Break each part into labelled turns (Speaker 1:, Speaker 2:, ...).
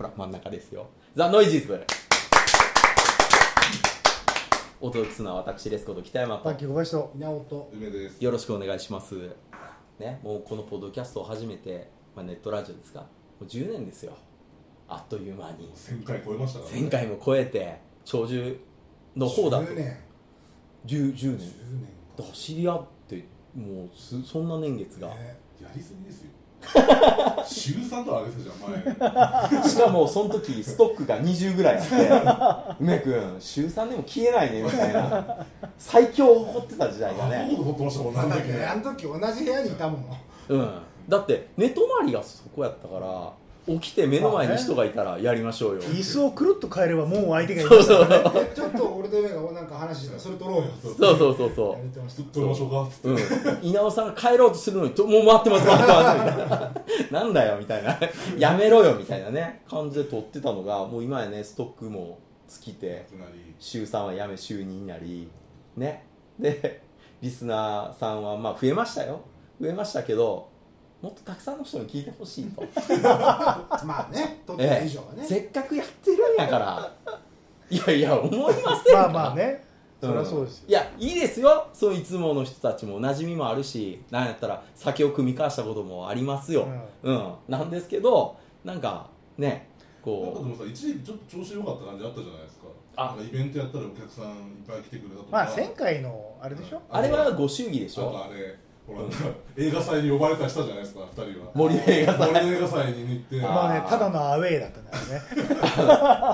Speaker 1: ら真ん中ですよザ・ノイジーズお届けするのは私ですこと北山と
Speaker 2: 短期小林と
Speaker 3: 稲尾と
Speaker 4: 梅です。
Speaker 1: よろしくお願いしますねもうこのポッドキャストを始めて、まあ、ネットラジオですかもう10年ですよあっという間に
Speaker 4: 1000回超えましたからね。
Speaker 1: 1000回も超えて長寿の方だと
Speaker 3: 10年
Speaker 1: 10, 10年
Speaker 3: 10
Speaker 1: だから知り合ってもうすそんな年月
Speaker 3: 年
Speaker 1: が
Speaker 3: か、ね
Speaker 4: やりすぎですよ。 週3とか上げてたじゃ ん、
Speaker 1: しかもその時ストックが20ぐらいあって梅君週3でも消えないねみたいな最強を誇ってた時代が
Speaker 4: 前。あの
Speaker 1: ね、
Speaker 4: こと撮ってましたもん、
Speaker 3: ま
Speaker 4: なんだ
Speaker 3: あだっ
Speaker 4: っけ
Speaker 3: てあの時同じ部屋にいたもん
Speaker 1: うん、だって寝泊まりがそこやったから起きて目の前に人がいたらやりましょうよ、
Speaker 2: 椅子をくるっと変えればもう相手がいま
Speaker 1: そう
Speaker 2: す
Speaker 1: そうそう
Speaker 3: えちょっと俺と梅がなんか話してたそれ撮ろうよそう
Speaker 1: そうそうそうそ
Speaker 3: やれてまし
Speaker 4: ちょ
Speaker 3: た
Speaker 4: っと撮りましょうかっつって。
Speaker 1: う、うん、稲尾さんが帰ろうとするのにともう回ってます回ってますみたいななんだよみたいなやめろよみたいなね感じで撮ってたのがもう今やねストックも尽きて
Speaker 4: なくなり
Speaker 1: 週3はやめ週2になりねでリスナーさんはまあ増えましたよ増えましたけどもっとたくさんの人に聞いてほしいと、
Speaker 3: まあね撮って
Speaker 1: え
Speaker 3: た
Speaker 1: え
Speaker 3: 以上はね
Speaker 1: せっかくやってるんや からいやいや思いませんか
Speaker 2: まあまあねそりゃそうですよ
Speaker 1: いやいいですよそういつもの人たちも馴染みもあるしなんやったら酒を酌み交わしたこともありますようん、なんですけどなんかね
Speaker 4: なんかで
Speaker 1: こ
Speaker 4: もさ、一時期ちょっと調子良かった感じあったじゃないですか。
Speaker 1: あ
Speaker 4: なんかイベントやったらお客さんいっぱい来てくれたとか。
Speaker 2: まあ前回のあれでしょ
Speaker 1: うあれはご祝儀でし
Speaker 4: なん
Speaker 1: ょ
Speaker 4: かあれ、ほら、なんか映画祭に呼ばれたりしたじゃないですか、二人は。
Speaker 1: 森の映画祭
Speaker 4: 森の映画祭に行って。
Speaker 2: まあね
Speaker 1: あー
Speaker 2: ただのアウェーだったんだよね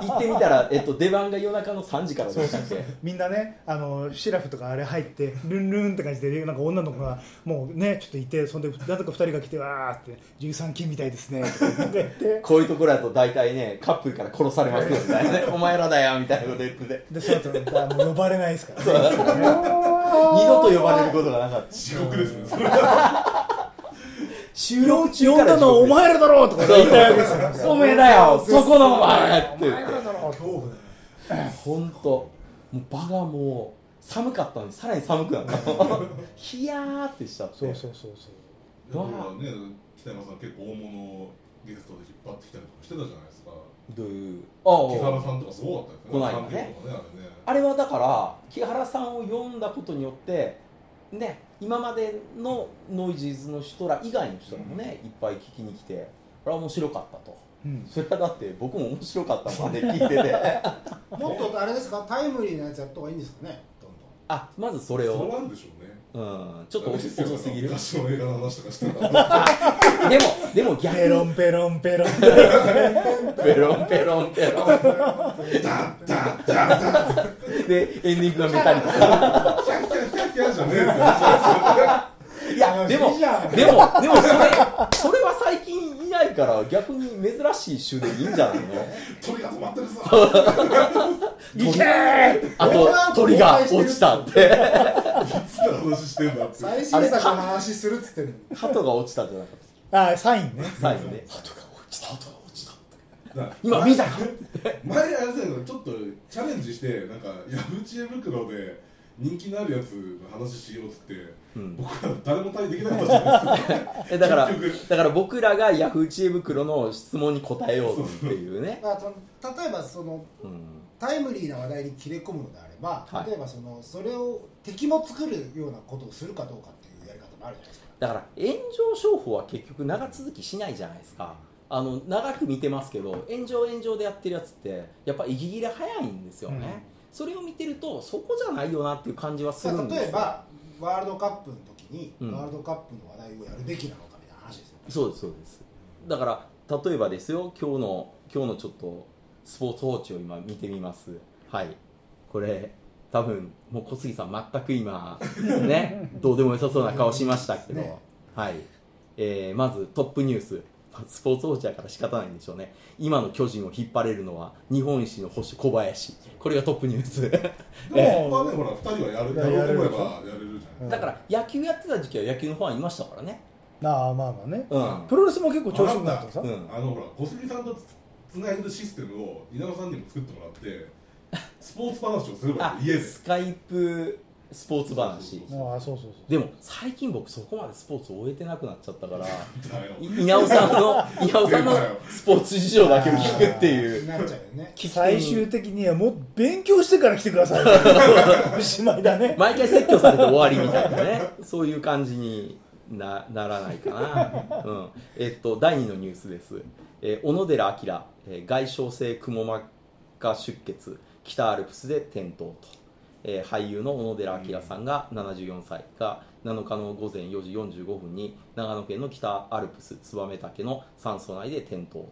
Speaker 1: 行ってみたら、えっと、出番が夜中の3時からでしたっけ
Speaker 2: みんなねあのシラフとかあれ入ってルンルンって感じでなんか女の子がもうねちょっといてそんでなぜか2人が来てわーって13金みたいですねとか言って
Speaker 1: こういうところだと大体ねカップルから殺されますよみたいなねお前らだよみたいなこと言ってて
Speaker 2: でその後だからもう呼ばれないですからね
Speaker 1: 二度と呼ばれることがなかった
Speaker 4: 地獄ですね、それ
Speaker 1: 収
Speaker 2: 呼
Speaker 1: 録中
Speaker 2: ん
Speaker 1: から
Speaker 2: だのはお前らだろうとか言いたいわけですよ
Speaker 1: おめえだよそこのお前って言
Speaker 3: お前
Speaker 1: って
Speaker 3: らだろ恐怖だよ
Speaker 1: 本当もう場がもう寒かったのにさらに寒くなった ひやーってしちゃって
Speaker 2: そうそうそうそう
Speaker 4: だからね、北山さん結構大物ゲストで引っ張ってきたりとかしてたじゃないですか。
Speaker 1: どういう
Speaker 4: 木
Speaker 1: あ
Speaker 4: 原さんとかすごかったですね。
Speaker 1: こないだね
Speaker 4: 関係とかね、あれね。
Speaker 1: ああれはだから木原さんを読んだことによってね今までのノイジーズの人ら以外の人らもね、いっぱい聞きに来てこれは面白かったと
Speaker 2: うん
Speaker 1: それはだって僕も面白かったまで聞いてて
Speaker 3: もっとあれですかタイムリーなやつやった方がいいんですかねどんどん
Speaker 1: あまずそれ
Speaker 4: そう
Speaker 1: を、
Speaker 4: なんでしょうね。
Speaker 1: うん、ちょっと遅す ぎる
Speaker 4: 昔の映画の話とかしてたら
Speaker 1: でもでも逆
Speaker 2: ペロ
Speaker 1: に
Speaker 2: ンペロンペロン
Speaker 1: ペロンペロンペロン
Speaker 4: ダッダッダッダッ
Speaker 1: でエンディングがメタリカ
Speaker 4: キャッキャッキャッキャッじゃねえって話
Speaker 1: いやでも
Speaker 3: いいじゃ
Speaker 1: で
Speaker 3: ん
Speaker 1: もでもそれそれは最近いないから逆に珍しい種でいいんじゃないの
Speaker 4: ですよ鳥が止まってるぞ
Speaker 1: いけーあ
Speaker 3: 俺は
Speaker 1: と鳥が落ちたって
Speaker 4: いつから話してんだって
Speaker 3: 最新作の話するっつってんのに
Speaker 1: 鳩が落ちたじゃなかった
Speaker 2: あーサインね
Speaker 1: 最後ね
Speaker 4: 鳩が落ちた鳩が落ちた
Speaker 1: 今見た
Speaker 4: 前あれだけどちょっとチャレンジしてなんか矢口知恵袋で人気のあるやつの話しようっつって、
Speaker 1: うん
Speaker 4: 僕ら誰も対応できなかったじゃないですか
Speaker 1: え だから
Speaker 4: 結局
Speaker 1: だから僕らがヤフー知恵袋の質問に答えようっていうね、
Speaker 3: まあその例えばその
Speaker 1: うん、
Speaker 3: タイムリーな話題に切れ込むのであれば、
Speaker 1: はい
Speaker 3: 例えばそのそれを敵も作るようなことをするかどうかっていうやり方もあるじゃないですか
Speaker 1: だから炎上商法は結局長続きしないじゃないですかあの長く見てますけど炎上炎上でやってるやつってやっぱ息切れ早いんですよね、
Speaker 2: うん
Speaker 1: それを見てるとそこじゃないよなっていう感じはす
Speaker 3: だ
Speaker 1: る
Speaker 3: か
Speaker 1: ん
Speaker 3: ら
Speaker 1: です
Speaker 3: 例
Speaker 1: よ
Speaker 3: えばワールドカップの時に、
Speaker 1: うん
Speaker 3: ワールドカップの話題をやるべきなのかみたいな話ですよ
Speaker 1: そうですそうですだから例えばですよ今日の今日のちょっとスポーツ報知を今見てみますはいこれ多分もう小杉さん全く今ねどうでもよさそうな顔しましたけど、
Speaker 3: ね
Speaker 1: はい、えーまずトップニューススポーツ報知だから仕方ないんでしょうね今の巨人を引っ張れるのは日本一の保守小林これがトップニュース
Speaker 4: でもまあねほら2人はやるやろうと思えばやれるじゃ
Speaker 2: うん
Speaker 4: ん
Speaker 1: だから野球やってた時期は野球のファンいましたからね
Speaker 2: ああまあまあね
Speaker 1: うん
Speaker 2: プロレスも結構調子良くなったさ、
Speaker 1: うん
Speaker 4: あのほら小杉さんとつつないでるシステムを稲田さんにも作ってもらってスポーツ話をすれば
Speaker 1: あ
Speaker 4: 家で
Speaker 1: スカイプスポーツ話
Speaker 2: もうあそうそうそう
Speaker 1: でも最近僕そこまでスポーツ終えてなくなっちゃったから
Speaker 4: だよ
Speaker 1: い稲尾さんの稲尾さんのスポーツ事情だけを聞くっていう
Speaker 3: なっちゃうよね
Speaker 1: 聞き手
Speaker 2: 最
Speaker 1: に
Speaker 2: 終的にはもう勉強してから来てくださ いおしまいだね
Speaker 1: 毎回説教されて終わりみたいなねそういう感じになならないかな、うん、えっと第2のニュースです、えー小野寺明、えー外傷性くも膜下出血北アルプスで転倒と、えー俳優の小野寺明さんが74歳が7日の午前4時45分に長野県の北アルプス燕岳の山荘内で転倒と、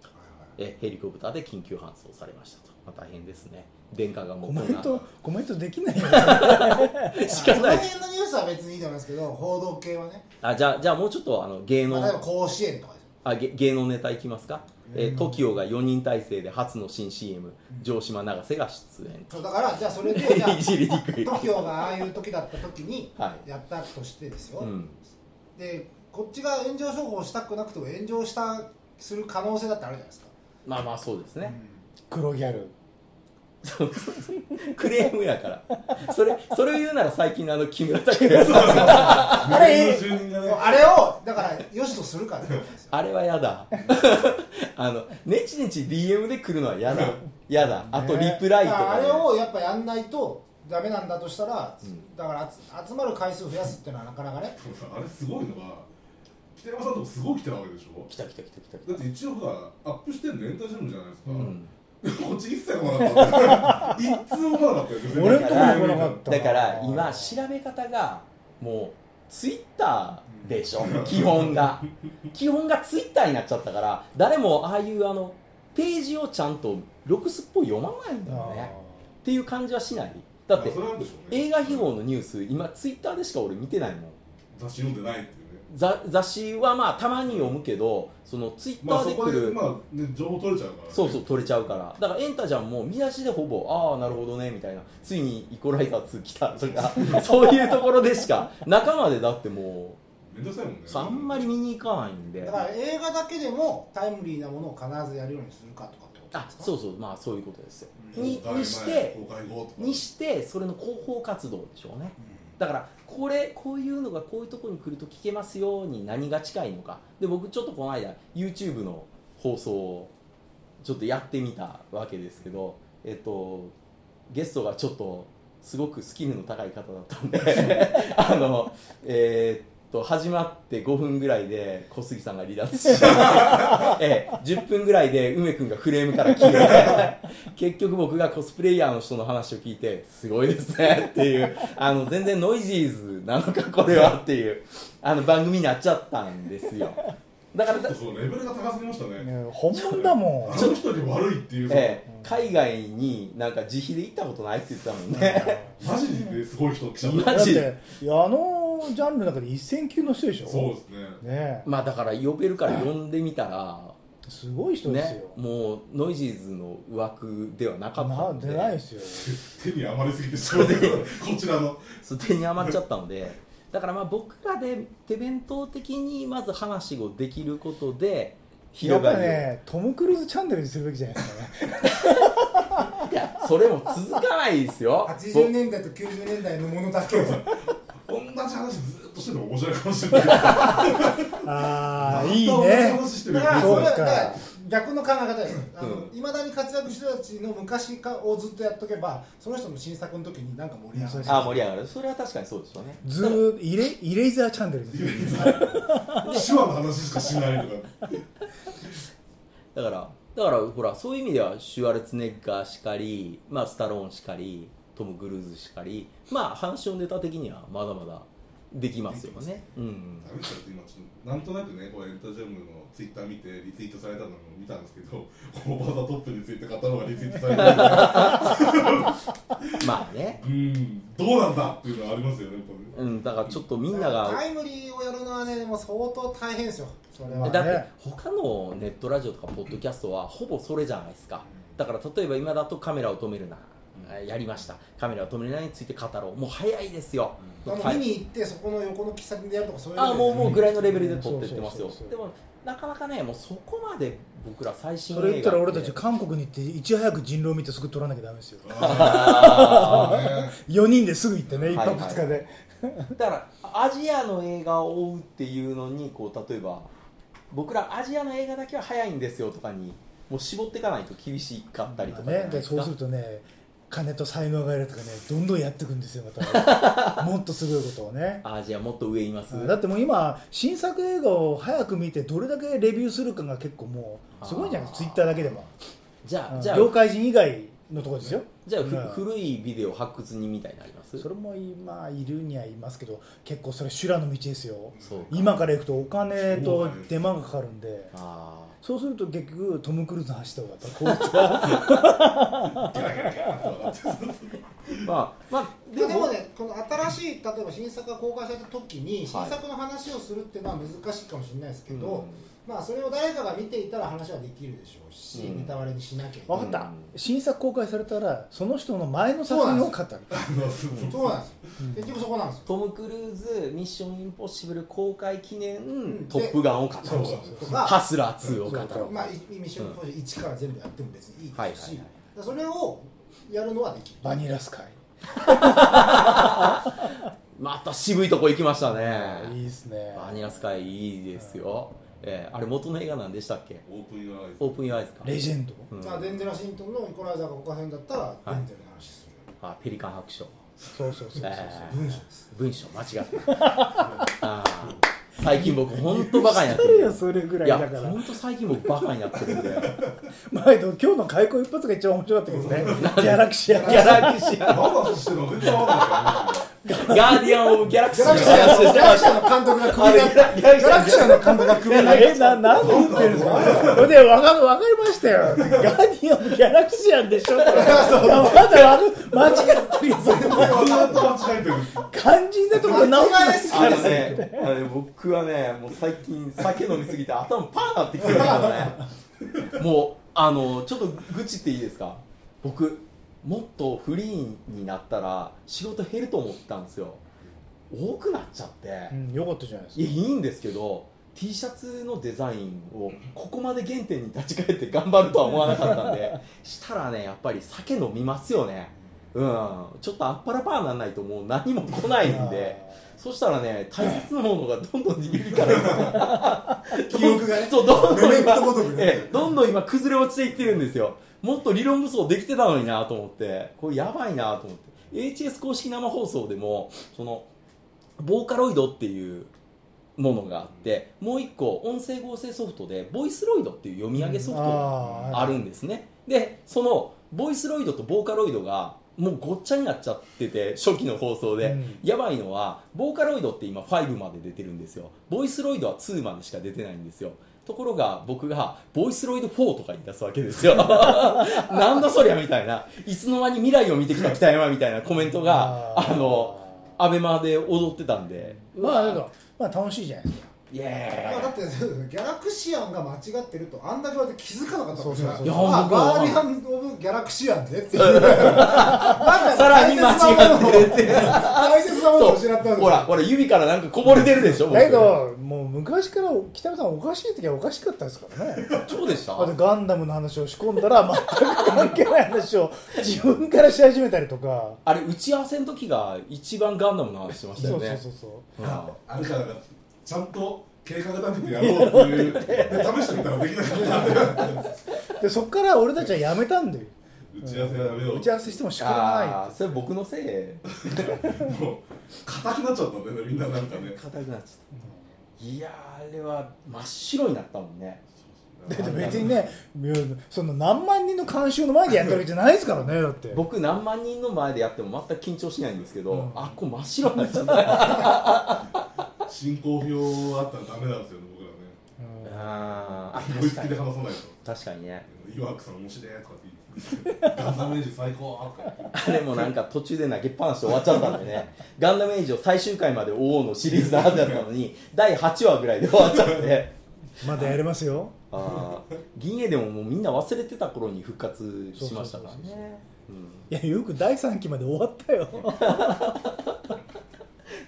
Speaker 1: えーヘリコプターで緊急搬送されましたと、まあ、大変ですね殿下がも
Speaker 2: コ
Speaker 1: う
Speaker 2: メ
Speaker 1: こん
Speaker 2: ン
Speaker 1: な
Speaker 2: トコメントできないよ
Speaker 1: しか
Speaker 3: その
Speaker 1: ない
Speaker 3: 辺のニュースは別にいいと思いますけど報道系はね、
Speaker 1: あじゃあじゃあもうちょっとあの芸
Speaker 3: ま
Speaker 1: 能
Speaker 3: あ、例えば甲子園とかでし
Speaker 1: あげ芸能ネタいきますか、えー、TOKIO が4人体制で初の新 CM、城島永瀬が出演
Speaker 3: ょそうだからじゃあそれでじゃ あ
Speaker 1: いじりにく い
Speaker 3: TOKIO がああいう時だった時に
Speaker 1: はい
Speaker 3: やったとしてですよ、
Speaker 1: うん
Speaker 3: でこっちが炎上処方したくなくても炎上したする可能性だってあるじゃないですか、
Speaker 1: まあまあそうですね、
Speaker 2: 黒ギャル
Speaker 1: クレームやからそれそれを言うなら最近のあの木村拓哉さん
Speaker 4: あれ住人が
Speaker 3: もう
Speaker 4: ね
Speaker 3: あれをだからよしとするからってことですよ
Speaker 1: あれはやだあのねちねち DM で来るのはやだやだ あとリプライと
Speaker 3: だから
Speaker 1: か
Speaker 3: あ
Speaker 1: ね、
Speaker 3: れをやっぱやんないとダメなんだとしたら、
Speaker 1: ん
Speaker 3: だから集集まる回数増やすっていうのはなかなかね
Speaker 4: でもさあれすごいのが北山さんともすごい来てたわけでしょ
Speaker 1: 来た来た来た来た来た
Speaker 4: だって一応ほらアップしてるのレンタルジムじゃないですか、
Speaker 1: うん
Speaker 4: こっち一切来なか った一通も来なかったよ別に
Speaker 2: 俺も来なかった
Speaker 1: だから今調べ方がもうツイッターでしょ基本が基本がツイッターになっちゃったから誰もああいうあのページをちゃんとロクスっぽい読まないんだよねっていう感じはしないだって
Speaker 4: まあそれはあるでしょうね
Speaker 1: 映画秘宝のニュース今ツイッターでしか俺見てないもん
Speaker 4: 雑誌読んでないっていうね
Speaker 1: ざ雑誌はまあたまに読むけどそのツイッタ
Speaker 4: ま
Speaker 1: ー
Speaker 4: あそ
Speaker 1: で
Speaker 4: こ
Speaker 1: 来
Speaker 4: で
Speaker 1: る
Speaker 4: まあね情報取れちゃうからね、
Speaker 1: そうそう取れちゃうからだからエンタちゃんも見出しでほぼああなるほどねみたいなついにイコライザー2来たとか そういうところでしか中までだっても
Speaker 4: めんどくさいもんね
Speaker 1: うあんまり見に行かないんで
Speaker 3: だから映画だけでもタイムリーなものを必ずやるようにするかとかってこと
Speaker 1: あ
Speaker 3: ですか
Speaker 1: そうそうまあそういうことですよ
Speaker 4: 公
Speaker 1: に
Speaker 4: 開前
Speaker 1: にして
Speaker 4: 公開後とか
Speaker 1: にしてそれの広報活動でしょうねだからこれこういうのがこういうとこに来ると聞けますよに何が近いのかで僕ちょっとこの間 YouTube の放送をちょっとやってみたわけですけどえっとゲストがちょっとすごくスキルの高い方だったんであのえーっと始まって5分ぐらいで小杉さんが離脱して、ええ、10分ぐらいで梅君がフレームから消え結局僕がコスプレイヤーの人の話を聞いてすごいですねっていうあの全然ノイジーズなのかこれはっていうあの番組になっちゃったんですよだから
Speaker 4: ちょっとそのレベルが高すぎましたね
Speaker 2: ね本物だも
Speaker 4: あの人に悪いっていう、
Speaker 1: ええ、海外になんか自費で行ったことないって言ってたもん
Speaker 2: ん
Speaker 1: ね
Speaker 4: マジですごい人来ちゃっ
Speaker 1: マ
Speaker 4: た
Speaker 2: だっ
Speaker 1: ジ
Speaker 2: ていやあのジャンルの中で一線級の人でしょ
Speaker 4: そうですね
Speaker 2: ね
Speaker 1: まあだから呼べるから呼んでみたら
Speaker 2: すごい人ですよ、
Speaker 1: ね、もうノイジーズの枠ではなかった
Speaker 2: な
Speaker 1: の
Speaker 2: 出な
Speaker 1: で
Speaker 2: いですよ
Speaker 4: 手に余りすぎてしまうけどこちらの
Speaker 1: そう手に余っちゃったので だからまあ僕らで手弁当的にまず話をできることで
Speaker 2: やっ
Speaker 1: 広が
Speaker 2: ぱ
Speaker 1: りを、
Speaker 2: ねトム・クルーズチャンネルにするべきじゃないですか ね
Speaker 1: いやそれも続かないですよ
Speaker 3: 80年代と90年代のものだけを
Speaker 4: 同じ話ずっとしてても面白いかもしれない
Speaker 2: ああ
Speaker 4: また
Speaker 2: いい
Speaker 4: 同じ
Speaker 2: ね
Speaker 4: 話してる
Speaker 3: だ
Speaker 4: よ
Speaker 3: からそ
Speaker 2: そう
Speaker 3: れ
Speaker 2: か
Speaker 3: だから逆の考え方です
Speaker 1: うん
Speaker 3: いまだに活躍してる人たちの昔かをずっとやっとけばその人の新作の時になんか盛り上がる
Speaker 1: あ盛り上がるそれは確かにそうですよね
Speaker 2: ずーイレイレイザーチャンネルにする
Speaker 4: 手話の話しかしないとか
Speaker 1: だからだからほらそういう意味ではシュワルツェネッガーしかり、まあ、スタローンしかりトム・グルーズしかりまあ話のネタ的にはまだまだできますよねうん
Speaker 4: あの人って今ちょっとなんとなくねこうエンタジャムのツイッター見てリツイートされたのを見たんですけどオーバーザトップについて買ったのがリツイートされた
Speaker 1: まあね
Speaker 4: うーんどうなんだっていうのはありますよねやっぱね
Speaker 1: うんだからちょっとみんなが
Speaker 3: タイムリーをやるのはねもう相当大変ですよそれ
Speaker 2: まあ
Speaker 3: は
Speaker 2: ね
Speaker 1: だって他のネットラジオとかポッドキャストはほぼそれじゃないですかだから例えば今だとカメラを止めるなやりましたカメラを止めるなについて語ろうもう早いですよ、
Speaker 3: あの
Speaker 1: はい
Speaker 3: 見に行ってそこの横の喫茶店でやるとかそういう
Speaker 1: ああもうもうぐらいのレベルで撮ってってますよ
Speaker 2: そうそうそうそう
Speaker 1: でもなかなかねもうそこまで僕ら最新映
Speaker 2: そ
Speaker 1: 画
Speaker 2: れ言ったら俺た
Speaker 1: って
Speaker 2: ち韓国に行っていち早く人狼見てすぐ撮らなきゃダメですよ
Speaker 1: あー
Speaker 4: ね
Speaker 2: 4人ですぐ行ってね
Speaker 1: はい
Speaker 2: 1泊2日で、
Speaker 1: だからアジアの映画を追うっていうのにこう例えば僕らアジアの映画だけは早いんですよとかにもう絞っていかないと厳しかったりとかじゃな
Speaker 2: ね
Speaker 1: い
Speaker 2: で
Speaker 1: ですか
Speaker 2: そうするとね金と才能がいるとかねどんどんやっていくんですよまた もっとすごいことをね
Speaker 1: アジアもっと上います
Speaker 2: だってもう今新作映画を早く見てどれだけレビューするかが結構もうすごいんじゃないです
Speaker 1: あー
Speaker 2: かツイッターだけでも
Speaker 1: じゃ
Speaker 2: う
Speaker 1: あ
Speaker 2: ん
Speaker 1: じゃあ
Speaker 2: 業界人以外のところですよ
Speaker 1: じゃあふ
Speaker 2: うん
Speaker 1: 古いビデオ発掘にみたいになります
Speaker 2: それも今いるにはいますけど結構それ修羅の道ですよ
Speaker 1: そう
Speaker 2: 今から行くとお金
Speaker 4: そう
Speaker 2: と
Speaker 4: なんです
Speaker 2: 手間がかかるんで
Speaker 1: ああ
Speaker 2: そうすると結局トム・クルーズの走った方がやっぱりこ
Speaker 4: ギャラギャラギャラって笑ってそうそう
Speaker 1: まあまあ
Speaker 3: でもね、この新しい、例えば新作が公開された時に、新作の話をするっていうのは難しいかもしれないですけど、まあそれを誰かが見ていたら話はできるでしょうし、
Speaker 1: うん
Speaker 3: ネタバレにしなきゃいけ
Speaker 2: う
Speaker 3: な
Speaker 2: わか
Speaker 3: い。
Speaker 2: った新作公開されたらその人の前の作品を語る
Speaker 4: あのそうそう
Speaker 3: そうなんですよ。結局そこなんですよ。
Speaker 1: トム・クルーズ「ミッション・インポッシブル」公開記念
Speaker 3: ん
Speaker 1: 「トップガン」を語る
Speaker 4: そうそう
Speaker 3: とか
Speaker 1: ハスラー2を語
Speaker 2: そうそ
Speaker 1: る
Speaker 2: う
Speaker 3: まあ、いミッションインポッシブル1から全部やっても別にいい
Speaker 1: はい
Speaker 3: で
Speaker 1: は
Speaker 3: す
Speaker 1: い
Speaker 3: し、
Speaker 1: はい
Speaker 3: だからそれをやるのはできる。
Speaker 2: バニラスカイ
Speaker 1: また渋いとこ行きましたね
Speaker 2: いいですね
Speaker 1: バニラスカイいいですよ、えーあれ元の映画なんでしたっけ
Speaker 4: オープンヨアアイズ
Speaker 1: オープンユアイズか
Speaker 2: レジェンド
Speaker 1: うん
Speaker 3: じゃあデンゼル・ワシントンのイコライザーが他編だったらデンゼルの話する、
Speaker 1: あペリカン白書
Speaker 2: そうそうそうそう
Speaker 1: え
Speaker 3: 文章です
Speaker 1: 文章間違った あー最近僕本当バカになって
Speaker 2: 知って
Speaker 1: る
Speaker 2: よそれぐらい
Speaker 1: いや
Speaker 2: だから
Speaker 1: 本当最近僕バカになってるんで
Speaker 2: 前の今日の開口一発が一番面白かったけどねギャラクシア
Speaker 1: ギャラクシア
Speaker 4: 何の話してるの全然わかんない
Speaker 1: ガーディアン・オブ・ギャラクシ
Speaker 3: ギ
Speaker 1: ー
Speaker 3: ャ
Speaker 1: の
Speaker 3: ラクシ
Speaker 1: 話
Speaker 3: アの
Speaker 1: して
Speaker 3: ギャラクシアの監督が組み上げ
Speaker 1: あれギャラクシア
Speaker 3: ギャラクシアの監督が組み上げ
Speaker 2: えな何言ってるんですかそれで分か分かりましたよガーディアンギャラクシアンでしょっていやまだ分か間違ってるよそれ
Speaker 4: ずーっと間違えてる
Speaker 2: 肝心なところ直
Speaker 3: 間違いです
Speaker 1: あのね、あのね僕はね、もう最近酒飲みすぎて頭パーなってきてるんだけどね。もうあのちょっと愚痴っていいですか？ 僕もっとフリーになったら仕事減ると思ってたんですよ。多くなっちゃって、
Speaker 2: うんよかったじゃないです
Speaker 1: いやいいんですけど。T シャツのデザインをここまで原点に立ち返って頑張るとは思わなかったんでしたらねやっぱり酒飲みますよねうんちょっとあっぱらパーにならないともう何も来ないんでそしたらね、大切なものがどんどん指から
Speaker 3: 記憶がね
Speaker 1: そうどんどん
Speaker 3: メ
Speaker 1: 今
Speaker 3: ットごとくね
Speaker 1: ええどんどん今崩れ落ちていってるんですよ。もっと理論武装できてたのになと思って、これやばいなと思って。HS 公式生放送でもそのボーカロイドっていうものがあって、もう一個音声合成ソフトでボイスロイドっていう読み上げソフトがあるんですねでそのボイスロイドとボーカロイドがもうごっちゃになっちゃってて初期の放送で、
Speaker 2: うん
Speaker 1: やばいのはボーカロイドって今5まで出てるんですよボイスロイドは2までしか出てないんですよところが僕がボイスロイド4とか言い出すわけですよなんだそりゃみたいないつの間に未来を見てきた北山みたいなコメントがあのアベマで踊ってたんで
Speaker 2: まあだからまあ楽しいじゃないですか
Speaker 1: イエ
Speaker 3: まあ、だ
Speaker 1: ー
Speaker 3: ってギャラクシアンが間違ってるとあんだけ言われて気づかなかったもん
Speaker 2: そうそうそう
Speaker 1: いや
Speaker 3: あ
Speaker 1: 僕も
Speaker 3: ガーディアン・オブ・ギャラクシアンでっていうさ
Speaker 1: さらに間違ってる
Speaker 3: 大切なものを失ったん
Speaker 1: イほらほら指からなんかこぼれてるでしょ僕
Speaker 2: だけどもう昔から北山さんおかしい時はおかしかったですからね
Speaker 1: そうでした
Speaker 2: あとガンダムの話を仕込んだら全く関係ない話を自分からし始めたりとか
Speaker 1: あれ打ち合わせの時が一番ガンダムの話してました
Speaker 2: そ
Speaker 1: よ
Speaker 2: う
Speaker 1: ね
Speaker 2: そうそうそう
Speaker 1: あ
Speaker 4: あれからちゃんと計画立ててやろうっていうで試してみたらできなかった
Speaker 2: でそっから俺たちはやめたんだよ
Speaker 4: 打ち合わせはやめよう
Speaker 2: 打ち合わせしても仕方
Speaker 1: あ
Speaker 2: が
Speaker 1: ーそれ僕のせい
Speaker 4: もう硬くなっちゃったんだよねみんななんかね
Speaker 1: 硬くなっちゃったいやーあれは真っ白になったもんね
Speaker 2: ないだって別にねいやその何万人の観衆の前でやったわけじゃないですからねだって
Speaker 1: 僕何万人の前でやっても全く緊張しないんですけど、
Speaker 2: うん
Speaker 1: あっこ真っ白になっちゃ った
Speaker 4: 進行表あったらダメなんですよね僕ら
Speaker 2: う
Speaker 4: ね
Speaker 2: ん
Speaker 1: あーあ
Speaker 4: 思いつ
Speaker 1: 確か
Speaker 4: きで
Speaker 1: に
Speaker 4: 話さない と
Speaker 1: 確かにね
Speaker 4: 岩城さん面白いとかって言ってガンダムエイジ最高とか言って
Speaker 1: あれもなんか途中で投げっぱなしで終わっちゃったんでね「ガンダムエイジ」を最終回まで追おうのシリーズのはずだったのに第8話ぐらいで終わっちゃって
Speaker 2: まだやれますよ
Speaker 1: あー銀英でももうみんな忘れてた頃に復活しましたからねうん
Speaker 2: いやよく第3期まで終わったよ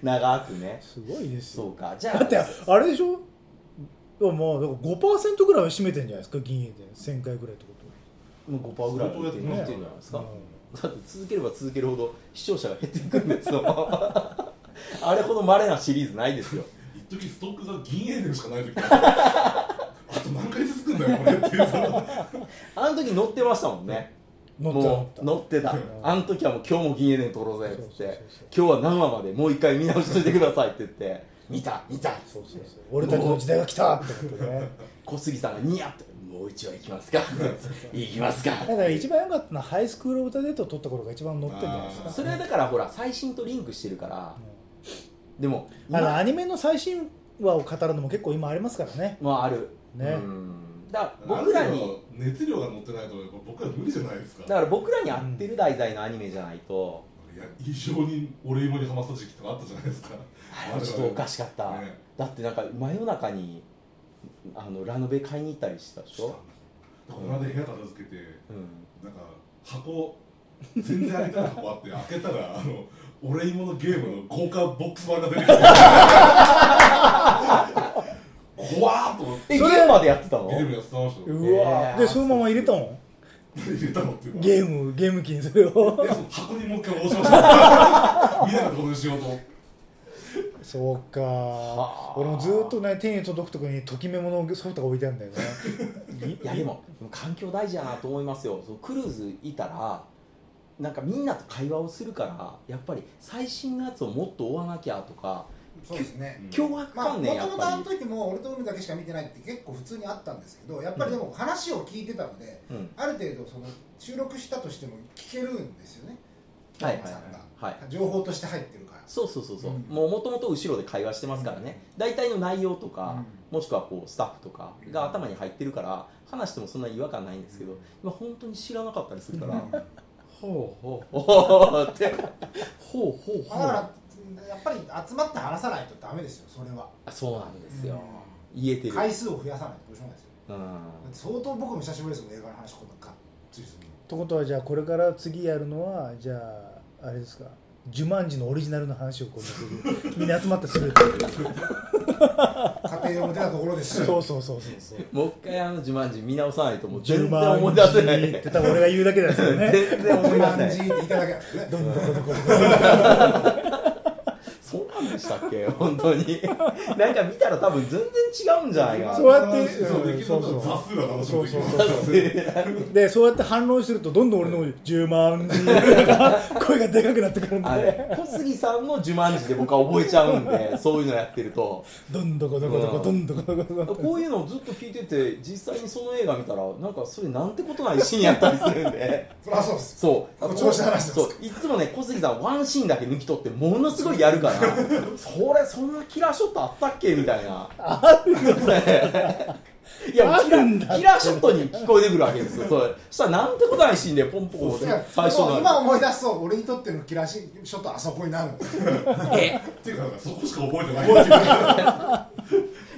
Speaker 1: 長くね
Speaker 2: すごいです
Speaker 1: そ
Speaker 2: よ
Speaker 1: うかじゃあ
Speaker 2: だってあれでしょでももうだから5%ぐらいは占めてんじゃないですか銀英で1000回ぐらいってこ
Speaker 1: もう5%ぐらい
Speaker 4: 相当やって
Speaker 1: い
Speaker 4: る
Speaker 1: っ
Speaker 4: ね
Speaker 1: てるんじゃないです
Speaker 2: と、
Speaker 1: か、だって続ければ続けるほど視聴者が減っていくんですよ あれほど稀なシリーズないですよ
Speaker 4: 一時ストックが銀英伝しかない時あったあと何回続くんだよこれっていうその
Speaker 1: あの時乗ってましたもんね
Speaker 2: 乗って
Speaker 1: もう
Speaker 2: た乗っ
Speaker 1: 乗ってたあの時はもう今日も銀エ伝取ろうぜっつっ
Speaker 2: そうそう
Speaker 1: て今日は何話までもう一回見直しといてくださいって言って見た見たっつって
Speaker 2: てた俺たちの時代が来たってことね
Speaker 1: 小杉さんがニヤッともう一話行きますか行きますか
Speaker 2: だから一番良かったのはハイスクールオブザデッド撮った頃が一番乗ってんじゃないですか
Speaker 1: それはだからほら最新とリンクしてるからでも
Speaker 2: あの
Speaker 1: 今
Speaker 2: アニメの最新話を語るのも結構今ありますからね
Speaker 1: まあある
Speaker 2: ね
Speaker 1: うんだから僕ら
Speaker 4: ある程
Speaker 1: に
Speaker 4: 度熱量が乗ってないと僕ら無理じゃないですか
Speaker 1: だから僕らに合ってる題材のアニメじゃないと
Speaker 4: いや異常に俺芋にハマった時期とかあったじゃないですか
Speaker 1: あれはちょっとおかしかった
Speaker 4: ね
Speaker 1: だってなんか真夜中にあのラノベ買いに行ったりしてたでしょ
Speaker 4: この間部屋片付けて
Speaker 1: うん
Speaker 4: なんか箱全然開いてない箱あって開けたらあの俺芋のゲームの効果ボックス版が出てきて怖ーっと思って
Speaker 1: え、ゲームまでやってたの
Speaker 4: ゲームやってましたよ
Speaker 2: う
Speaker 1: え
Speaker 2: わ、
Speaker 1: ー
Speaker 2: でそのまま入れたもん
Speaker 4: 入れたのっていうか
Speaker 2: ゲームゲーム機にそれを
Speaker 4: でその箱にもう一回戻しました見なかったことにしようと
Speaker 2: そうか
Speaker 1: はあ
Speaker 2: 俺もずっとね手に届くとこにときめものソフトが置いてあるんだよ ね
Speaker 1: いやでもでも環境大事だなと思いますよそのクルーズいたらなんかみんなと会話をするからやっぱり最新のやつをもっと追わなきゃとか
Speaker 3: そうですね
Speaker 1: 脅迫
Speaker 3: まあ、
Speaker 1: 観
Speaker 3: も
Speaker 1: 念
Speaker 3: と
Speaker 1: やっ
Speaker 3: もとあ
Speaker 1: ぱ
Speaker 3: の
Speaker 1: り、
Speaker 3: 時も俺と海だけしか見てないって結構普通にあったんですけどやっぱりでも話を聞いてたので、
Speaker 1: うん、
Speaker 3: ある程度その収録したとしても聞けるんですよね
Speaker 1: はいはい
Speaker 3: 北
Speaker 1: はい
Speaker 3: 山さんが、
Speaker 1: はい
Speaker 3: 情報として入ってるから
Speaker 1: そうそうそうそう、
Speaker 3: うん
Speaker 1: もうもともと後ろで会話してますからね、大体の内容とか、もしくはこうスタッフとかが頭に入ってるから話してもそんな違和感ないんですけど今本当に知らなかったりするから、
Speaker 3: うんま
Speaker 1: ほうほうほうってほうほう
Speaker 3: あ
Speaker 1: ほ
Speaker 3: だ
Speaker 1: う
Speaker 3: からやっぱり集まって話さないとダメですよそれは
Speaker 1: あそうなんですよ、言えてる
Speaker 3: 回数を増やさないとどうしようもないですよ
Speaker 1: うん
Speaker 3: だって相当僕も久しぶりですもん映画の話こんながっつりするの
Speaker 2: ってことはじゃあこれから次やるのはじゃああれですか「ジュマンジ」のオリジナルの話をこうみんなみんな集まってするっていう
Speaker 3: 家庭を持てたところですし
Speaker 2: そうそうそうそうそう
Speaker 1: もう一回あの自慢人見直さないともう
Speaker 2: ジュ
Speaker 1: 全然
Speaker 2: マンジ
Speaker 1: 思い出せない
Speaker 2: って多分俺が言うだけですよね
Speaker 1: 全然思い出せ
Speaker 3: 感
Speaker 1: な
Speaker 3: じ
Speaker 1: い
Speaker 3: って言っただけなんですね
Speaker 2: どんどこどこ
Speaker 1: そうなんでしたっけ本当になんか見たら多分全然違うんじゃないか
Speaker 2: そう
Speaker 1: な
Speaker 2: やって
Speaker 4: そうできる
Speaker 2: そ
Speaker 4: こ
Speaker 2: うそ
Speaker 4: と
Speaker 2: う
Speaker 4: は雑数が楽し
Speaker 2: そ
Speaker 4: む
Speaker 2: う
Speaker 4: でき
Speaker 2: そう
Speaker 4: る
Speaker 2: そうそうでそうやって反論するとどんどん俺の10万字声がでかくなってくるんで、
Speaker 1: あれ小杉さんの自慢人で僕は覚えちゃうんでそういうのやってると
Speaker 2: どんどこどこどこどんどこどこどこ
Speaker 1: こういうのをずっと聞いてて実際にその映画見たらなんかそれなんてことないシーンやったりするんで
Speaker 3: そりゃそうです
Speaker 1: そう
Speaker 3: 誇張した話です
Speaker 1: そういつもね小杉さんワンシーンだけ抜き取ってものすごいやるからそれそんなキラーショットあったっけみ たいなあるいや
Speaker 2: あ
Speaker 1: キラ
Speaker 2: るんだ
Speaker 1: キラーショットに聞こえてくるわけですよそれそしたらなんてことないシーンでポンポコ
Speaker 3: いや
Speaker 1: 最初
Speaker 3: でも
Speaker 1: の
Speaker 3: 今思い出すと俺にとってのキラシちょっとあそこになる
Speaker 1: え
Speaker 4: っていうかなんかそこしか覚えてないっていう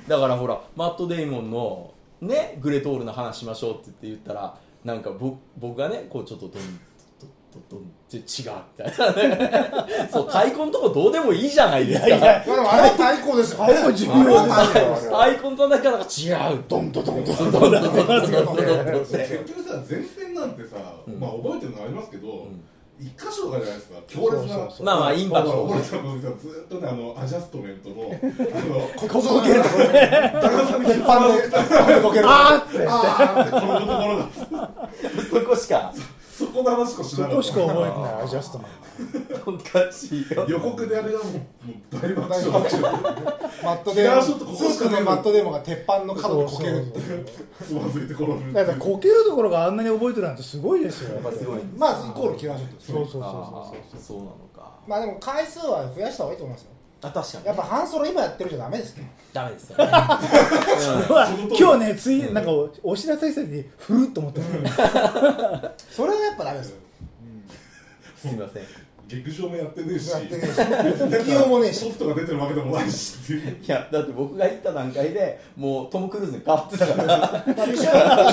Speaker 1: だからほらマット・デイモンの、ね、グレート・オールの話しましょうって言って言ったらなんか僕僕がねこうちょっとドンドンドンって違 うみたいなねそう太鼓のとこどうでもいいじゃないですか
Speaker 3: まあでもあれは対抗ですよ。
Speaker 2: あれも重要
Speaker 3: あれは対抗ですよ。
Speaker 1: 太鼓の中が違うドンドドンドンドンドンドンドンドンドンって
Speaker 4: 結局さ前編なんてさ、
Speaker 1: うん
Speaker 4: まあ覚えてるのありますけど、
Speaker 1: ん
Speaker 4: 一箇所とかじゃないですか強烈な
Speaker 2: そうそうそう
Speaker 1: まあまあインパク
Speaker 4: まあまあ
Speaker 1: ト
Speaker 4: 俺多分さずっとねあのアジャストメン トのあの
Speaker 3: ここぞけるところ。
Speaker 4: 高田さんに引っ
Speaker 3: パン
Speaker 4: 張
Speaker 3: で、パンでこける。
Speaker 2: あーって
Speaker 3: あ
Speaker 4: られてこのところだ
Speaker 1: そこしか
Speaker 4: そこの話しかし
Speaker 2: そ
Speaker 4: なか
Speaker 2: こ
Speaker 4: っ
Speaker 2: しか
Speaker 4: た
Speaker 2: 覚えてないアジャストマン
Speaker 1: おかしいよ
Speaker 4: 予告であれがもうもう大爆
Speaker 3: 大
Speaker 4: 笑
Speaker 3: 爆
Speaker 4: だっ
Speaker 3: ーマット
Speaker 4: い
Speaker 3: デー
Speaker 4: や
Speaker 3: モン。
Speaker 4: ちょっとここし
Speaker 3: ス
Speaker 4: か
Speaker 3: ー
Speaker 4: ね
Speaker 3: ツのマットデーモンが鉄板の角でこけるっていう。
Speaker 2: そうそうそう
Speaker 4: てつまずいて転ぶ
Speaker 2: だからこけるところがあんなに覚えてるなんてすごいですよ
Speaker 1: やっぱすごいんです
Speaker 3: まあイコールキラーショットで
Speaker 2: そ
Speaker 3: す
Speaker 2: うそうそう
Speaker 1: あ
Speaker 2: そう
Speaker 1: ーそうなのか
Speaker 3: まあでも回数は増やした方がいいと思いますよ。
Speaker 1: あ確かに
Speaker 3: やっぱ半ソロ今やってるじゃダメですね。
Speaker 1: ダメですよねうん
Speaker 2: うわ
Speaker 4: その通り
Speaker 2: 今日ねついなんかおお知らせした時にふるっと思って
Speaker 3: それはやっぱダメですよ。
Speaker 1: すみません
Speaker 4: 劇場もやってねえし
Speaker 3: やってねえし企業もねえし
Speaker 4: ソフトが出てるわけでもないしっていう
Speaker 1: いやだって僕が行った段階でもうトム・クルーズに変わってたから
Speaker 3: だからミッションインポッ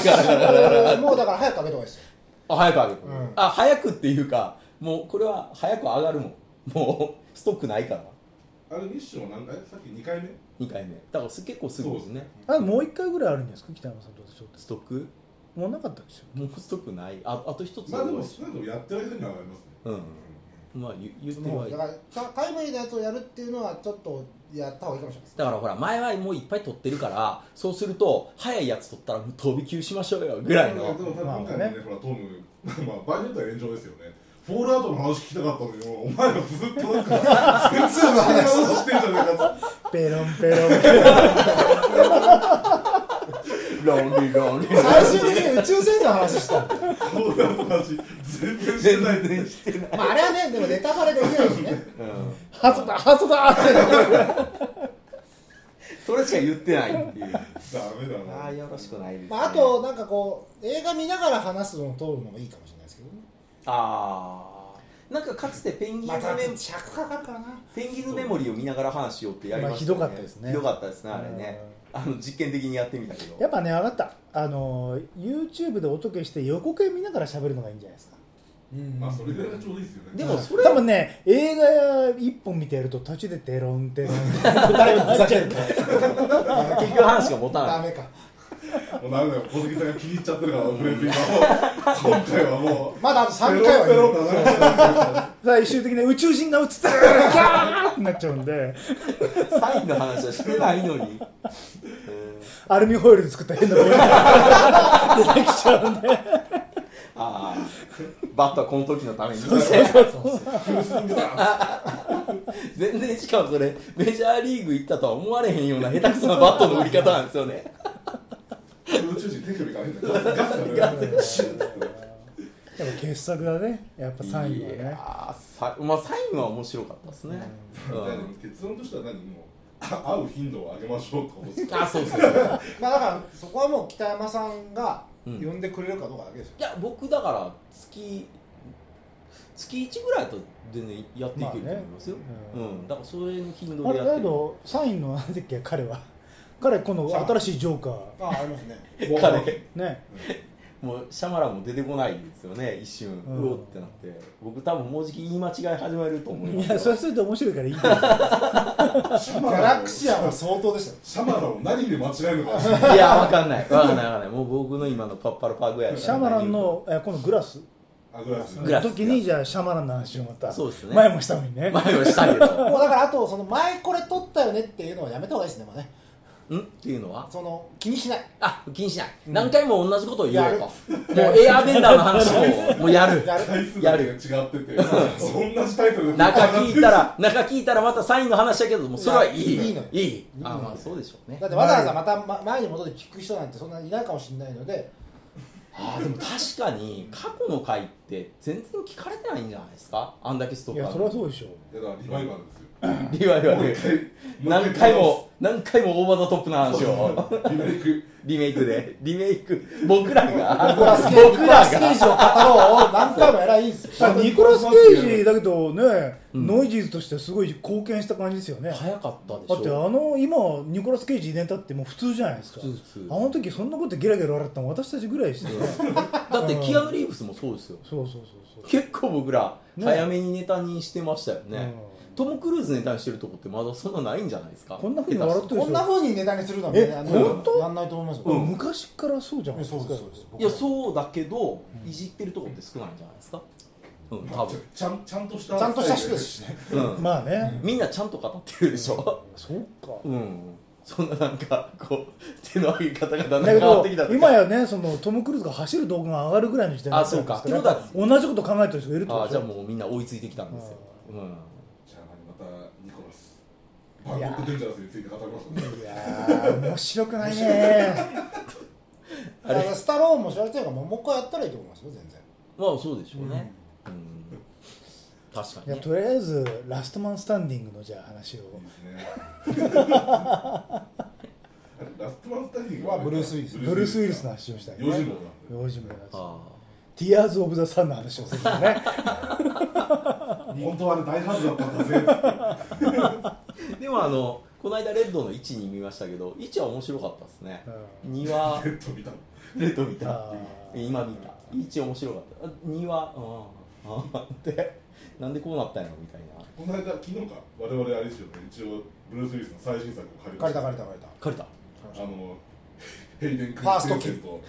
Speaker 3: シブルもうだから早く上げた方がいいですよ。
Speaker 1: あ早く上げて、
Speaker 3: うん
Speaker 1: あ早くっていうかもうこれは早く上がるもんもうストックないから
Speaker 4: あれミッションは何回さっき2回目
Speaker 1: 2回目だからす結構すぐですね
Speaker 2: あもう一回ぐらいあるんじゃないですか北山さんどうでしょうって
Speaker 1: ストック
Speaker 2: もうなかったでしょ
Speaker 1: もうストックないああと一つ
Speaker 4: まあでも少なくともやってる間には上がりますね
Speaker 1: うんまあ言言って
Speaker 3: も
Speaker 1: は
Speaker 3: う
Speaker 1: い
Speaker 3: だからタタイムリーなやつをやるっていうのはちょっとやった方がいいかもしれないです
Speaker 1: だからほら前はもういっぱい取ってるからそうすると早いやつ取ったら飛び級しましょうよぐらい
Speaker 4: でも
Speaker 1: の
Speaker 4: 多分今回のね、ほらトム、 まあ場合によっては炎上ですよね。フォールアウトの話聞きたかったんだけど、お前らずっとなんか、全然違う話してるじゃないかって。
Speaker 2: ペロンペロンペロン
Speaker 1: ロンリーロンリー
Speaker 3: 最終的に宇宙船の話したの
Speaker 4: フォールアウトの話、全然してないね。
Speaker 3: まああれはねでもネタバレできないしね
Speaker 1: うん
Speaker 2: ハトだハトだって
Speaker 1: それしか言ってないっていう
Speaker 4: ダメだな。
Speaker 1: ああよろしくないです、ね
Speaker 3: まああとなんかこう映画見ながら話すのを通るのもいいかもしれないですけどね
Speaker 1: あーなんかかつてペンギンの
Speaker 3: ま
Speaker 1: メ,、
Speaker 3: た尺かかるからな
Speaker 1: ペンギンのメモリーを見ながら話しようってやりましたよね、
Speaker 2: まあひどかったですね
Speaker 1: ひどかったですねあれねあの実験的にやってみたけど
Speaker 2: やっぱね分かったあの YouTube で音消して予告編見ながら喋るのがいいんじゃないですか
Speaker 3: うん
Speaker 4: まあ、それぐらいがちょうどいいですよね。
Speaker 1: でもそれ
Speaker 2: 多分ね映画一本見てると途中でテロンテロンっ て答えになっちゃうから
Speaker 1: 結局話が持た
Speaker 3: ダ
Speaker 1: ない
Speaker 3: メか
Speaker 4: もうダメだよ。小杉さんが気に入っちゃってるから、フレーズ今今回はもう、
Speaker 3: まだあと3
Speaker 4: ペ
Speaker 3: 回
Speaker 4: ロペロ
Speaker 3: は
Speaker 4: だな。
Speaker 2: 最終的に宇宙人が映ってるガーってなっちゃうんで
Speaker 1: サインの話はしてないのに、えー
Speaker 2: アルミホイルで作った変なボールが出てきちゃうんで
Speaker 1: ああバットはこの時のために
Speaker 4: フルスイングだ。
Speaker 1: 全然しかもそれメジャーリーグ行ったとは思われへんような下手くそなバットの売り方なんですよね
Speaker 4: 宇宙人手首が変だ。ガスガスだね。シュッつって
Speaker 2: でも傑作だねやっぱサインはね
Speaker 1: いやーさまあサインは面白かったですね、うん
Speaker 4: 結論としては何もうあ会う頻度を上げましょうと思って
Speaker 1: あそうですね
Speaker 3: まあだからそこはもう北山さんが
Speaker 1: う
Speaker 3: 呼
Speaker 1: ん
Speaker 3: んでくれるかどうかだけですよ
Speaker 1: いや僕だから月月1ぐらいだと全然やっていけると思いますよ、
Speaker 2: まあ
Speaker 1: う
Speaker 2: ね
Speaker 1: んだからそれの頻度
Speaker 2: あ
Speaker 1: でや
Speaker 2: れだ
Speaker 1: っ
Speaker 2: け
Speaker 1: てる
Speaker 2: どサインのなんだっけ彼は彼今度新しいジョーカー
Speaker 3: ああありますね
Speaker 1: 彼
Speaker 2: ね
Speaker 1: もうシャマランも出てこないですよね一瞬
Speaker 2: うん
Speaker 1: うおってなって僕多分もうじき言い間違い始まると思いま
Speaker 2: い
Speaker 1: すよ
Speaker 2: やそれはそれで面白いからいい けど
Speaker 4: シ
Speaker 3: ギ
Speaker 4: ャマ
Speaker 3: ャラ
Speaker 4: ラ
Speaker 3: クシアは相当でしたよ
Speaker 4: シャマラを何で間違えるのか知らない
Speaker 1: いやわかんないわかんないわかんないもう僕の今のパッパルパグや
Speaker 2: シャマランのえこのグラス
Speaker 4: あグラス
Speaker 1: グラス
Speaker 2: 時にじゃあシャマランの話をまた
Speaker 1: そうですね
Speaker 2: 前もしたのにね
Speaker 1: 前をしたけど
Speaker 3: もうだからあとその前これ撮ったよねっていうのはやめた方がいいですねもうね
Speaker 1: んっていうのは
Speaker 3: その気にしない
Speaker 1: あ気にしない、何回も同じことを言おうともう
Speaker 2: やる
Speaker 1: エアベンダーの話ももうやる
Speaker 3: やる
Speaker 4: 回数が違ってて同じタイトルで
Speaker 1: 中聞いたら中聞いたらまたサインの話だけどもうそれはい
Speaker 3: いや
Speaker 1: い
Speaker 3: いいのよ
Speaker 1: いい
Speaker 3: いの
Speaker 1: あ
Speaker 3: よ
Speaker 1: まあそうでしょうね
Speaker 3: だってわざわざまたま前に戻って聞く人なんてそんなにいないかもしれないので
Speaker 1: あーでも確かに過去の回って全然聞かれてないんじゃないですかあんだけスト
Speaker 2: い
Speaker 1: ーカ
Speaker 2: や
Speaker 1: ー
Speaker 2: それはそうでしょ
Speaker 4: だからリバイバルですよ
Speaker 1: リバイバ
Speaker 4: もう
Speaker 1: ル
Speaker 4: 一回
Speaker 1: 何回も何回も大技トップな
Speaker 4: そ
Speaker 1: 話
Speaker 4: う
Speaker 1: を
Speaker 4: リメイク
Speaker 1: リメイクでリメイク僕らが
Speaker 3: 僕らスケ
Speaker 1: 僕ら
Speaker 3: スケー
Speaker 1: が
Speaker 3: ジを語ろうを何回も偉いんですよ
Speaker 2: だからニコラス・ケイジだけど
Speaker 1: う
Speaker 2: ね、
Speaker 1: ん
Speaker 2: ノイジーズとしてすごい貢献した感じですよね
Speaker 1: 早かったでし
Speaker 2: だってあ
Speaker 1: ょ
Speaker 2: の今ニコラス・ケイジ入れたってもう普通じゃないですか
Speaker 1: 普通普通
Speaker 2: あの時そんなことゲラゲラ笑ったの私たちぐらいしてそう
Speaker 1: だってキアヌ・リーブスもそうですよ
Speaker 2: そうそうそう
Speaker 1: 結構僕ら
Speaker 2: ね
Speaker 1: 早めにネタにしてましたよね
Speaker 2: うん
Speaker 1: トム・クルーズネタにしてるとこってまだそんなないんじゃないですか
Speaker 2: こんなふうに笑ってる
Speaker 3: こん
Speaker 2: 人
Speaker 3: な風に値段にするのはね
Speaker 2: え
Speaker 3: あの
Speaker 1: 本
Speaker 2: 当
Speaker 3: やんないと思いますよ、
Speaker 1: うん
Speaker 2: 昔からそうじゃない
Speaker 3: え
Speaker 2: です
Speaker 3: そ
Speaker 2: か
Speaker 3: うですそうです
Speaker 1: いや
Speaker 3: う
Speaker 1: そうだけど、いじってるとこって少ないんじゃないですかうん多分、
Speaker 4: ちゃんちゃんとした
Speaker 3: ちゃんとした人ですしね
Speaker 1: うん
Speaker 2: まあね、
Speaker 1: みんなちゃんと語ってるでしょ
Speaker 2: そうか
Speaker 1: うん、そんななんかこう手の上げ方がだんだ
Speaker 2: だ
Speaker 1: ん
Speaker 2: け
Speaker 1: 変わっ
Speaker 2: ど
Speaker 1: てきたとか
Speaker 2: 今やねそのトム・クルーズが走る動画が上がるぐらいの時代になってるんです
Speaker 1: あそうかってこ
Speaker 2: 同じこと考えてる人がいるって
Speaker 1: あ
Speaker 2: こ
Speaker 1: あじゃあ
Speaker 2: と
Speaker 1: もうみんな追いついてきたんですよ、うん、
Speaker 4: じゃあまたニコラスバンコクデンジャラスについて語りましょう
Speaker 2: いやー面白くな いね
Speaker 1: あれ
Speaker 3: だからスタローンも知られてるからもうもう一回やったらいいと思いますよ全然
Speaker 1: まあそうでしょうね、うん確か
Speaker 2: い
Speaker 1: に
Speaker 2: や
Speaker 1: ね
Speaker 2: とりあえずラストマンスタンディングのじゃあ話を
Speaker 4: いいですねあれラストマンスタンディング
Speaker 3: はブルースウィリス
Speaker 2: ブルース・ウィルスの話をしたいね
Speaker 4: 四人も
Speaker 2: 用心棒だし
Speaker 1: あ
Speaker 2: ティアーズ・オブ・ザ・サンの話をするよね
Speaker 4: 本当はあれ大ハードだったんだぜ
Speaker 1: あでもあのこの間レッドの1に見ましたけど1は面白かったですね
Speaker 2: うん
Speaker 1: 2は
Speaker 4: ペット見たの
Speaker 1: レッド見た
Speaker 2: あー
Speaker 1: 今見た1面白かった2はうんあーってなんでこうなったんやろみたいな
Speaker 4: この間昨日か我々あれですよね一応ブルース・ウィリスの最新作を借りま
Speaker 3: 借
Speaker 4: した
Speaker 3: りた借りた借りた
Speaker 1: 借りた
Speaker 4: あの ヘイデン・クリステンセンと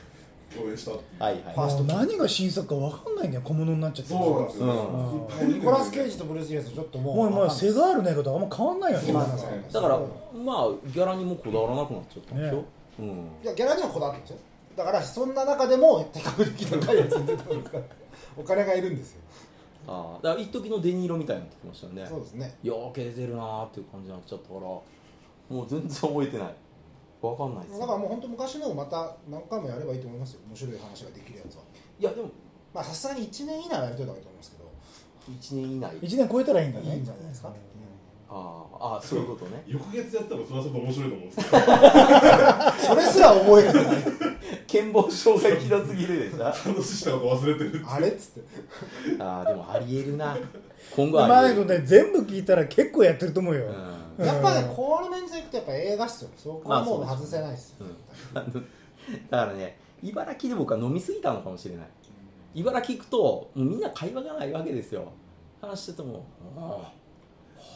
Speaker 4: 共演したっていう
Speaker 1: はいはい
Speaker 3: ファーストキック
Speaker 2: 何が新作か分かんないんだよ小物になっちゃって
Speaker 4: そうなんですよ、
Speaker 2: う
Speaker 3: ニコラス・ケイジとブルース・ウィリスちょっともう
Speaker 2: もうもう
Speaker 3: わかんない
Speaker 2: 背があるねことあんま変わんないよね
Speaker 4: そう
Speaker 3: 今
Speaker 4: で
Speaker 3: の
Speaker 4: す
Speaker 3: さ
Speaker 4: ね
Speaker 1: だからまあギャラにもこだわらなくなっちゃったんでしょ、
Speaker 2: ね
Speaker 1: うん
Speaker 3: いやギャラにはこだわってるんですよだからそんな中でも比較的高いやつに出たんですからお金がいるんですよ
Speaker 1: ああだから一時のデニーロみたいになってきましたよね
Speaker 3: そうですね
Speaker 1: ようけ出てるなーっていう感じになっちゃったからもう全然覚えてないわかんないです
Speaker 3: だからもう本当昔のをまた何回もやればいいと思いますよ面白い話ができるやつはい
Speaker 1: やでも
Speaker 3: まあさすがに1年以内はやりといた方がいいと思いますけど
Speaker 1: 1年以内
Speaker 2: 1年超えたらいいんだ
Speaker 3: いい
Speaker 2: ね
Speaker 3: んじゃないですか、
Speaker 1: ああああそういうことね
Speaker 4: 翌月やったらそれはそれで面白いと思うんですけど
Speaker 3: それすら覚えてない
Speaker 1: 健忘症がひどすぎるでしょあ
Speaker 4: 話したこと忘れてるって
Speaker 3: あれっつって
Speaker 1: あでもありえるな今後あ
Speaker 2: 前
Speaker 1: りえ
Speaker 2: の
Speaker 1: る、
Speaker 2: ね全部聞いたら結構やってると思うよ、
Speaker 1: うん
Speaker 3: やっぱねこのメンツでいくとやっぱ映画っすよそこはもう
Speaker 1: まあそう
Speaker 3: 外
Speaker 1: です
Speaker 3: せないっすよ、
Speaker 1: うんあのだからね茨城で僕は飲みすぎたのかもしれない茨城行くともうみんな会話がないわけですよ話しててもあ
Speaker 4: あ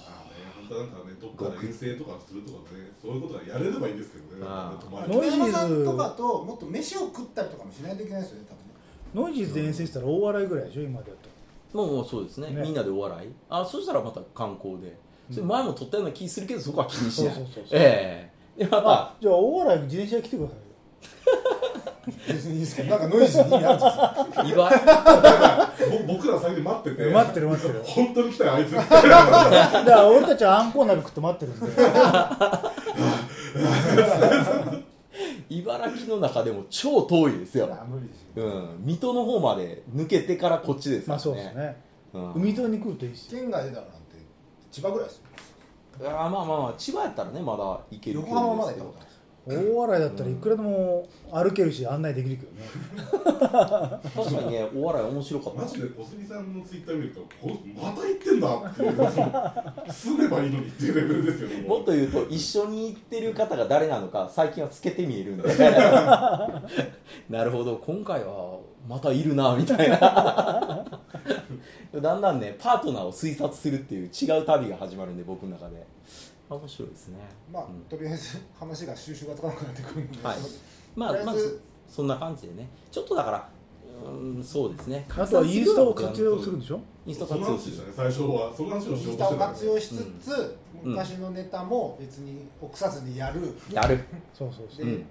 Speaker 4: あね本当なんかねどっかで遠征とかするとかねそういうことがやれればいいんですけどね
Speaker 1: ああ
Speaker 4: 泊まり
Speaker 2: ノ
Speaker 3: ノ
Speaker 2: イ
Speaker 3: イ
Speaker 2: ジ
Speaker 3: ジ
Speaker 2: ーズ
Speaker 3: さんとかともっと飯を食ったりとかもしないといけないですよね多分
Speaker 2: ノ
Speaker 3: ね
Speaker 2: イジーズで遠征したら大笑いぐらいでしょ今でや
Speaker 1: あもうもうそうですね
Speaker 2: ね
Speaker 1: みんなでお笑いあそしたらまた観光でそれ前も撮ったような気するけどそこは気にしない
Speaker 2: そうそうそうそう
Speaker 1: ええでま
Speaker 2: とあ
Speaker 1: た
Speaker 2: じゃあ大笑い自転車で来てくださいよ
Speaker 3: 別にいいですけどなんかノイズになるんですよ
Speaker 1: 茨城
Speaker 4: ぼ僕ら先で待ってて
Speaker 2: 待ってる待ってる
Speaker 4: 本当に来たよあいつ
Speaker 2: だから俺たちはあんこう鍋食って待ってるんで
Speaker 1: 茨城の中でも超遠いですよ、
Speaker 3: 無理ですよ
Speaker 1: うん、水戸の方まで抜けてからこっちですからね,、
Speaker 2: まあそうですね
Speaker 1: うん
Speaker 2: 海沿いに来るといいですよ
Speaker 3: 県外でだろうなんて千葉ぐらいですよ
Speaker 1: いやまあまあまあ千葉やったらねまだ行ける
Speaker 3: 横浜まで行った
Speaker 1: 行
Speaker 3: ことないです
Speaker 2: 大笑いだったらいくらでも歩けるし案内できるけどね
Speaker 1: 確かにねお笑い面白かった
Speaker 4: マジで小杉さんのツイッター見るとこまた行ってんだっていうその住めばいいのにっていうレベルですよね
Speaker 1: もっと言うと一緒に行ってる方が誰なのか最近は透けて見える んでなるほど今回はまたいるなみたいな だんだんねパートナーを推察するっていう違う旅が始まるんで僕の中であ面白いですね
Speaker 3: まあ、
Speaker 1: うん
Speaker 3: とりあえず話が収集がつかなくなってくるんで、
Speaker 1: はいまあ
Speaker 3: とりあえず
Speaker 1: まあそそんな感じでねちょっとだからうんそうですね
Speaker 2: あとはインスタを活用するんでしょ
Speaker 1: インスタ
Speaker 4: その
Speaker 1: 活用
Speaker 4: 話
Speaker 1: す
Speaker 4: でし
Speaker 1: る
Speaker 4: たね最初はその話をしよ
Speaker 3: ギ
Speaker 4: う
Speaker 3: タ
Speaker 4: としてた
Speaker 3: ーを
Speaker 4: んで
Speaker 3: 活用しつつ、
Speaker 1: うん
Speaker 3: 昔のネタも別に臆さずにやる、
Speaker 1: やる
Speaker 2: そうそうそう
Speaker 3: で、
Speaker 1: うん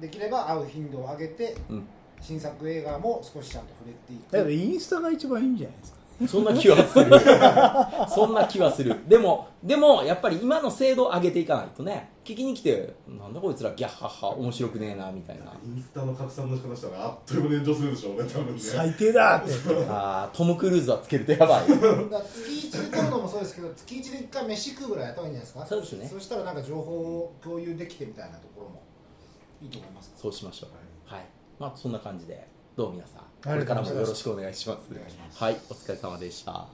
Speaker 3: できれば会う頻度を上げて、
Speaker 1: うん
Speaker 3: 新作映画も少しちゃんと触れてい
Speaker 2: だけど
Speaker 3: く
Speaker 2: インスタが一番いいんじゃないですか
Speaker 1: そんな気はするそんな気はするでもでもやっぱり今の精度を上げていかないとね聞きに来てなんだこいつらギャッハッハ面白くねえなみたいな
Speaker 4: インスタの拡散の仕方したらあっという間に炎上するでしょうね多分ね
Speaker 2: 最低だって
Speaker 1: あートム・クルーズはつけるとやばい
Speaker 3: だから月1で撮るのもそうですけど月1で1回飯食うぐらいやった方がいいんじゃないですか
Speaker 1: そうですね
Speaker 3: そしたらなんか情報を共有できてみたいなところもいいと思います
Speaker 1: そうしましょうはいまあそんな感じでどうも皆さん
Speaker 2: あ
Speaker 1: こ
Speaker 2: り
Speaker 1: れ
Speaker 2: がと
Speaker 1: か
Speaker 2: う
Speaker 1: ら
Speaker 2: ご
Speaker 1: も
Speaker 2: ざいます
Speaker 1: よろしくお願いします
Speaker 3: お願いします
Speaker 1: はいお疲れ様でした